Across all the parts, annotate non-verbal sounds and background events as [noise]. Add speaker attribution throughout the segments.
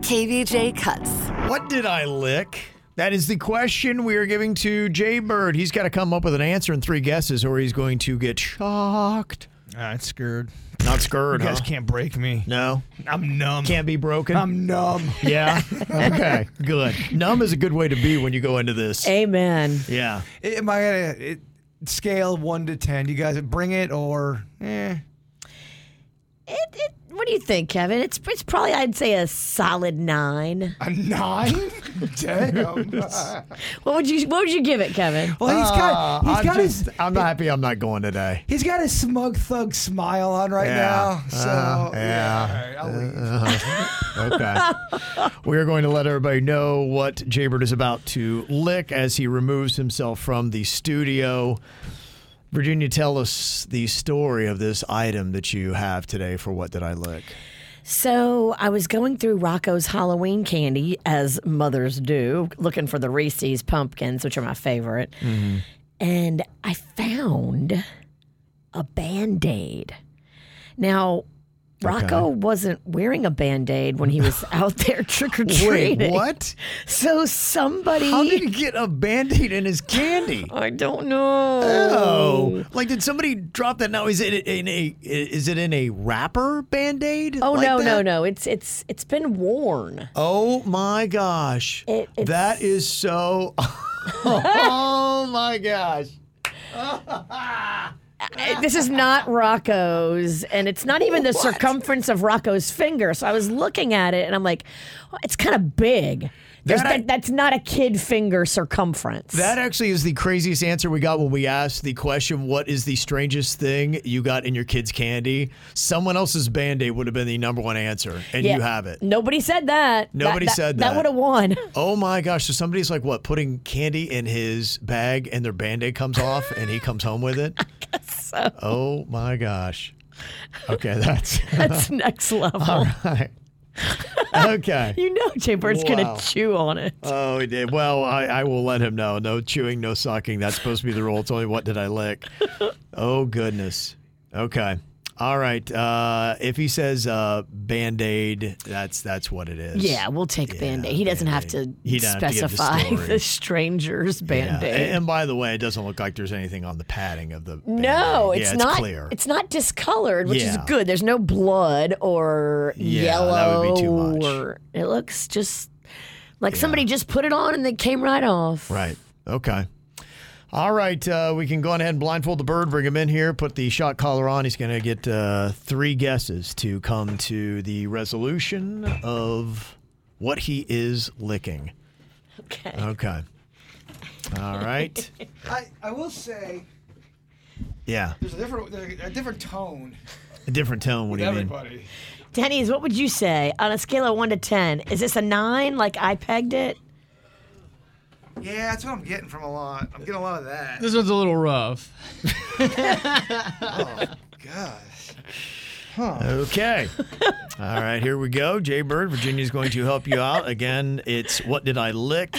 Speaker 1: KVJ cuts.
Speaker 2: What did I lick? That is the question we are giving to Jay Bird. He's got to come up with an answer in three guesses, or he's going to get shocked.
Speaker 3: I'm scared.
Speaker 2: Not scared,
Speaker 3: You guys
Speaker 2: huh?
Speaker 3: can't Um, break me.
Speaker 2: No,
Speaker 3: I'm numb.
Speaker 2: can't be broken.
Speaker 3: I'm numb.
Speaker 2: [laughs] yeah. Okay. Good. Numb is a good way to be when you go into this.
Speaker 4: Amen.
Speaker 2: Yeah.
Speaker 3: Am I gonna it, scale one to ten? You guys bring it or eh?
Speaker 4: It, it, what do you think, Kevin? It's it's probably I'd say a solid nine.
Speaker 3: A [laughs] nine? Damn.
Speaker 4: What would you What would you give it, Kevin?
Speaker 3: well, he's got he's
Speaker 2: I'm
Speaker 3: got
Speaker 2: just-
Speaker 3: his
Speaker 2: I'm not happy. I'm not going today.
Speaker 3: he's got his smug thug smile on right
Speaker 2: Yeah.
Speaker 3: now. So
Speaker 2: Uh,
Speaker 3: yeah, all right, I'll leave.
Speaker 2: Okay. we are going to let everybody know what Jay Bird is about to lick as he removes himself from the studio. Virginia, tell us the story of this item that you have today for What Did I Lick?
Speaker 4: So I was going through Rocco's Halloween candy, as mothers do, looking for the Reese's pumpkins, which are my favorite,
Speaker 2: Mm-hmm.
Speaker 4: and I found a band aid. Now. Rocco wasn't wearing a band aid when he
Speaker 2: [laughs]
Speaker 4: was out there trick or treating.
Speaker 2: Wait, what?
Speaker 4: So somebody.
Speaker 2: How did he get a band aid in his candy?
Speaker 4: I don't know.
Speaker 2: Oh, like did somebody drop that? Now is it in a is it in a wrapper band aid?
Speaker 4: Oh no, no, no! It's it's it's been worn.
Speaker 2: Oh my gosh.
Speaker 4: It- it's-
Speaker 2: that is so. [laughs] oh my gosh.
Speaker 4: Uh, This is not Rocco's, and it's not even the circumference of Rocco's finger. So I was looking at it, and I'm like, "Oh, it's kind of big. There's
Speaker 2: That I-
Speaker 4: that- that's not a kid finger circumference.
Speaker 2: That actually is the craziest answer we got when we asked the question, What is the strangest thing you got in your kid's candy? Someone else's band aid would have been the number one answer, and
Speaker 4: Yeah.
Speaker 2: you have it.
Speaker 4: Nobody said that. That-
Speaker 2: Nobody said that.
Speaker 4: That would
Speaker 2: [laughs]
Speaker 4: have won.
Speaker 2: Oh my gosh. So somebody's like, What, putting candy in his bag and their band aid comes off and he comes home
Speaker 4: [laughs]
Speaker 2: with it? Oh my gosh. Okay, that's
Speaker 4: [laughs] That's next level.
Speaker 2: [laughs] all right. Okay.
Speaker 4: You know, Jay Bird's
Speaker 2: Wow.
Speaker 4: gonna chew on it.
Speaker 2: Oh, he did. Well, I, I will let him know. No chewing, no sucking. That's supposed to be the rule. It's only what did I lick. Oh, goodness. Okay. All right. Uh, if he says uh, band aid, that's that's what it is.
Speaker 4: Yeah, we'll take band aid. He doesn't have to
Speaker 2: He doesn't have to give the
Speaker 4: specify [laughs]
Speaker 2: story.
Speaker 4: the stranger's
Speaker 2: Yeah.
Speaker 4: band aid.
Speaker 2: And, and by the way, it doesn't look like there's anything on the padding of the. Band-Aid.
Speaker 4: No,
Speaker 2: Yeah,
Speaker 4: it's, not.
Speaker 2: clear.
Speaker 4: It's not discolored, which is
Speaker 2: Yeah.
Speaker 4: good. There's no blood or
Speaker 2: Yeah, that
Speaker 4: yellow.
Speaker 2: would be too much.
Speaker 4: Or, it looks just like somebody just put it on and it came right off.
Speaker 2: Right. Okay. All right. Uh, we can go on ahead and blindfold the bird, bring him in here, put the shot collar on. He's going to get uh, three guesses to come to the resolution of what he is licking.
Speaker 4: Okay.
Speaker 2: Okay. All right.
Speaker 3: I, I will say
Speaker 2: Yeah.
Speaker 3: there's a different there's a different tone
Speaker 2: A different tone. What
Speaker 3: with
Speaker 2: do you mean?
Speaker 3: everybody.
Speaker 4: Denny's, what would you say on a scale of one to ten? Is this a nine? Like I pegged it.
Speaker 3: Yeah, that's what I'm getting from a lot. I'm getting a lot of that.
Speaker 5: This one's a little rough.
Speaker 3: Gosh.
Speaker 2: Okay. All right, here we go. Jay Bird, Virginia's going to help you out. Again, it's what did I lick?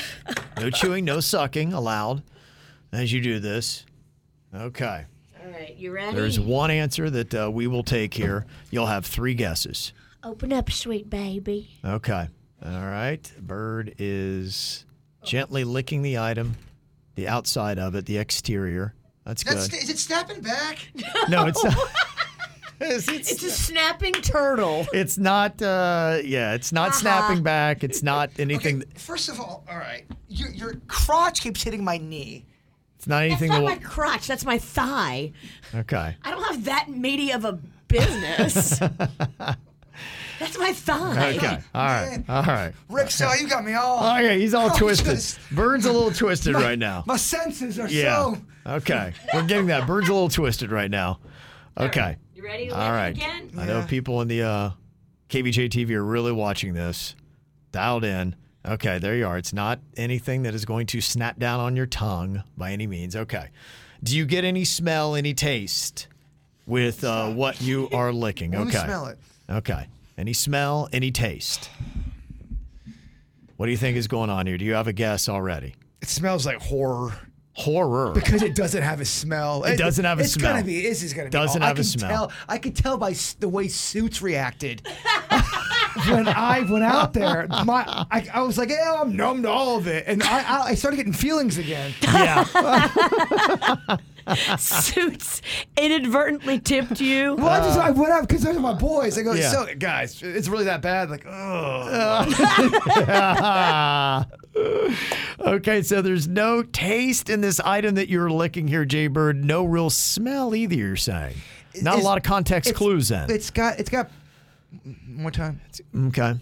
Speaker 2: No chewing, no sucking allowed as you do this. Okay.
Speaker 4: All right, you ready?
Speaker 2: There's one answer that uh, we will take here. You'll have three guesses.
Speaker 4: Open up, sweet baby.
Speaker 2: Okay. All right. Bird is gently licking the item, the outside of it, the exterior. That's good. [laughs]
Speaker 3: That's, is it snapping back?
Speaker 2: no, it's not. It's, it's,
Speaker 4: It's a snapping turtle.
Speaker 2: not. Uh, yeah, it's not snapping back. It's not anything.
Speaker 5: Okay, first of all, all right, your, your crotch keeps hitting my knee.
Speaker 2: It's not
Speaker 4: That's
Speaker 2: anything
Speaker 4: not
Speaker 2: that.
Speaker 4: my
Speaker 2: Will,
Speaker 4: crotch. That's my thigh.
Speaker 2: okay.
Speaker 4: I don't have that meaty of a [laughs] business. That's my thigh.
Speaker 2: Okay. All right. All right.
Speaker 5: Rick, so you got me all.
Speaker 2: Oh yeah, he's all
Speaker 5: I'm
Speaker 2: twisted.
Speaker 5: just-
Speaker 2: Bird's a little twisted right now.
Speaker 5: My senses are
Speaker 2: yeah.
Speaker 5: so.
Speaker 2: Okay. We're getting that. Bird's a little twisted right now. Okay.
Speaker 4: You ready to
Speaker 2: All right. I know people in the uh, KVJ TV are really watching this. Dialed in. Okay, there you are. It's not anything that is going to snap down on your tongue by any means. Okay. Do you get any smell, any taste with uh, what
Speaker 3: [laughs]
Speaker 2: you are licking?
Speaker 5: Let me
Speaker 2: okay.
Speaker 5: smell it.
Speaker 2: Okay. Any smell, any taste? What do you think is going on here? Do you have a guess already?
Speaker 3: It smells like horror
Speaker 2: Horror.
Speaker 3: because it doesn't have a smell. It,
Speaker 2: doesn't have a
Speaker 3: it's
Speaker 2: smell.
Speaker 3: It's gonna be. This is gonna be.
Speaker 2: Doesn't
Speaker 3: I
Speaker 2: have a
Speaker 3: can
Speaker 2: smell.
Speaker 3: Tell, I could tell by s- the way suits reacted when I went out there. My, I, I was like, yeah, I'm numb to all of it, and I, I, I started getting feelings again.
Speaker 2: yeah.
Speaker 4: [laughs] Suits inadvertently tipped you.
Speaker 3: Well, I just I went out because those are my boys. I go,
Speaker 2: Yeah.
Speaker 3: so guys, it's really that bad. Like, oh.
Speaker 2: [laughs] okay, so there's no taste in this item that you're licking here, Jay Bird. No real smell either, you're saying. Not a
Speaker 3: It's-
Speaker 2: lot of context
Speaker 3: it's-
Speaker 2: clues then.
Speaker 3: It's got. It's got. One time. It's-
Speaker 2: okay.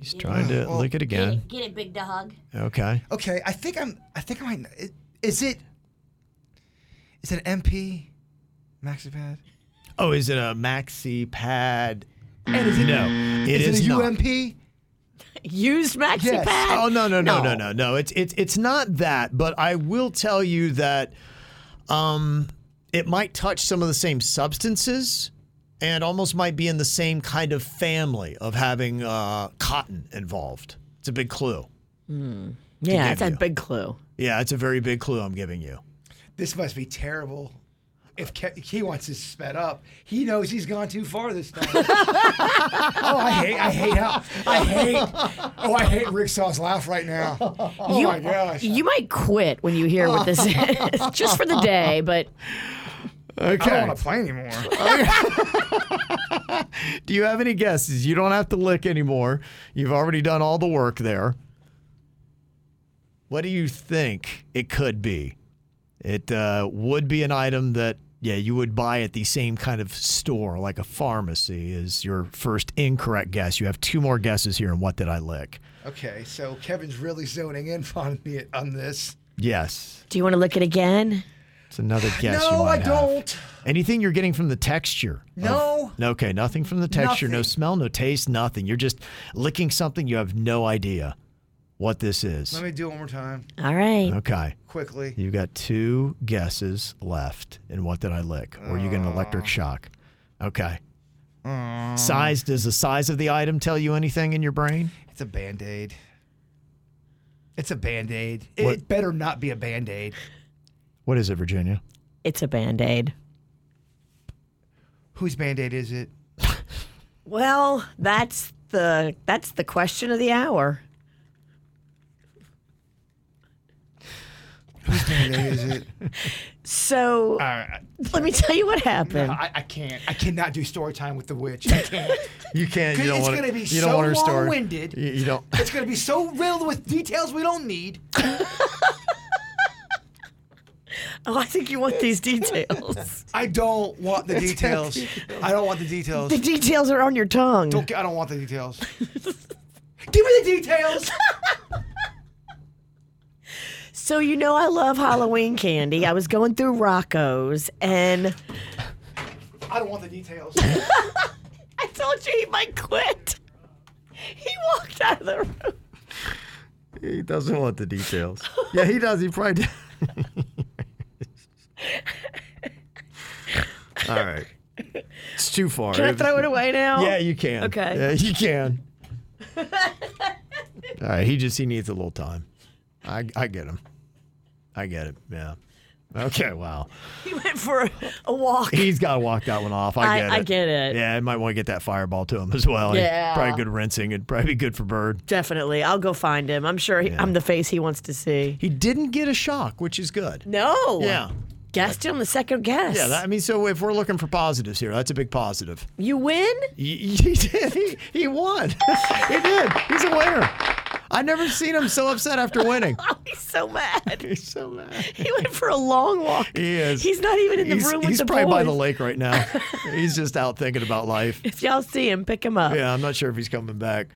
Speaker 2: He's trying to lick it again.
Speaker 4: Get it, big dog.
Speaker 2: Okay.
Speaker 3: Okay, I think I'm. I think I might. i- Is it? Is it an MP? Maxipad?
Speaker 2: Oh, is it a maxi pad? no, it is,
Speaker 3: is it a
Speaker 2: not.
Speaker 3: UMP?
Speaker 4: Used maxi
Speaker 3: Yes.
Speaker 4: pad.
Speaker 2: Oh no no no no no no. It's it's it's not that. But I will tell you that, um, it might touch some of the same substances, and almost might be in the same kind of family of having uh, cotton involved. It's a big clue.
Speaker 4: Yeah,
Speaker 2: give
Speaker 4: it's a
Speaker 2: you.
Speaker 4: big clue.
Speaker 2: Yeah, it's a very big clue I'm giving you.
Speaker 3: This must be terrible. If Ke- he wants this sped up, he knows he's gone too far this time. [laughs] oh, I hate. I hate how. I hate. Oh, I hate Rick Saw's laugh right now. Oh
Speaker 4: you,
Speaker 3: my gosh.
Speaker 4: You might quit when you hear what this is, [laughs] just for the day. But
Speaker 3: I don't want to play anymore.
Speaker 2: Do you have any guesses? You don't have to lick anymore. You've already done all the work there. What do you think it could be? It uh, would be an item that, yeah, you would buy at the same kind of store, like a pharmacy, is your first incorrect guess. You have two more guesses here. And what did I lick?
Speaker 3: okay, so Kevin's really zoning in on me on this.
Speaker 2: Yes.
Speaker 4: do you want to look it again?
Speaker 2: It's another guess. you
Speaker 3: no, I
Speaker 2: might have.
Speaker 3: don't.
Speaker 2: Anything you're getting from the texture? of-
Speaker 3: No.
Speaker 2: okay, nothing from the texture, no
Speaker 3: Nothing.
Speaker 2: smell, no taste, nothing. You're just licking something you have no idea what this is.
Speaker 3: Let me do it one more time,
Speaker 4: All right.
Speaker 2: okay.
Speaker 3: quickly.
Speaker 2: You've got two guesses left. And what did I lick? Or you get an
Speaker 3: Uh.
Speaker 2: electric shock. Okay.
Speaker 3: Mm.
Speaker 2: Size, does the size of the item tell you anything in your brain?
Speaker 3: It's a band aid. It's a band aid.
Speaker 2: What-
Speaker 3: It better not be a band aid.
Speaker 2: What is it, Virginia?
Speaker 4: It's a band aid.
Speaker 3: Whose band aid is it?
Speaker 4: Well, that's the that's the question of the hour.
Speaker 3: Whose band aid is it?
Speaker 4: So
Speaker 3: I,
Speaker 4: let me tell you what
Speaker 2: [laughs]
Speaker 3: [laughs]
Speaker 4: happened.
Speaker 3: I, I can't. I cannot do story time with the witch. I can't.
Speaker 2: You can't.
Speaker 3: you don't It's wanna- gonna be you don't so want her story. long-winded. You-
Speaker 2: you don't.
Speaker 3: it's going to be so riddled with details we don't need.
Speaker 4: Oh, I think you want these
Speaker 2: [laughs]
Speaker 4: details.
Speaker 3: I don't want the details. I don't want the details.
Speaker 4: the details are on your tongue.
Speaker 3: Don't gi- I don't want the details. Give me the details.
Speaker 4: So you know I love Halloween candy. I was going through Rocco's and
Speaker 3: I don't want the details.
Speaker 4: I told you he might quit. He walked out of the room.
Speaker 2: He doesn't want the details. Yeah, he does. He probably does. [laughs] All right. It's too far.
Speaker 4: Can I throw it away now?
Speaker 2: Yeah, you can.
Speaker 4: Okay.
Speaker 2: Yeah, you
Speaker 4: [laughs]
Speaker 2: can. All right. He just he needs a little time. I I get him. I get it. Yeah. Okay. Wow.
Speaker 4: He went for a, a walk.
Speaker 2: He's got to walk that one off. I
Speaker 4: I-
Speaker 2: get it.
Speaker 4: I get it.
Speaker 2: Yeah, I might want to get that fireball to him as well.
Speaker 4: Yeah.
Speaker 2: Probably good rinsing. It'd probably be good for Bird.
Speaker 4: Definitely. I'll go find him. I'm sure he, I'm the face he wants to see.
Speaker 2: He didn't get a shock, which is good.
Speaker 4: No.
Speaker 2: Yeah.
Speaker 4: Guessed him the second guess.
Speaker 2: Yeah, that, I mean, so if we're looking for positives here, that's a big positive.
Speaker 4: you win?
Speaker 2: He, he did. He, [laughs] he won. he did. He's a winner. I never seen him so upset after
Speaker 4: [laughs]
Speaker 2: winning.
Speaker 4: Oh, he's so mad.
Speaker 2: He's so mad.
Speaker 4: He went for a long walk.
Speaker 2: He is.
Speaker 4: He's not even in the
Speaker 2: He's,
Speaker 4: room with
Speaker 2: he's
Speaker 4: the
Speaker 2: probably by the
Speaker 4: boys.
Speaker 2: lake
Speaker 4: [laughs]
Speaker 2: right now. he's just out thinking about life.
Speaker 4: If y'all see him, pick him up.
Speaker 2: Yeah, I'm not sure if he's coming back.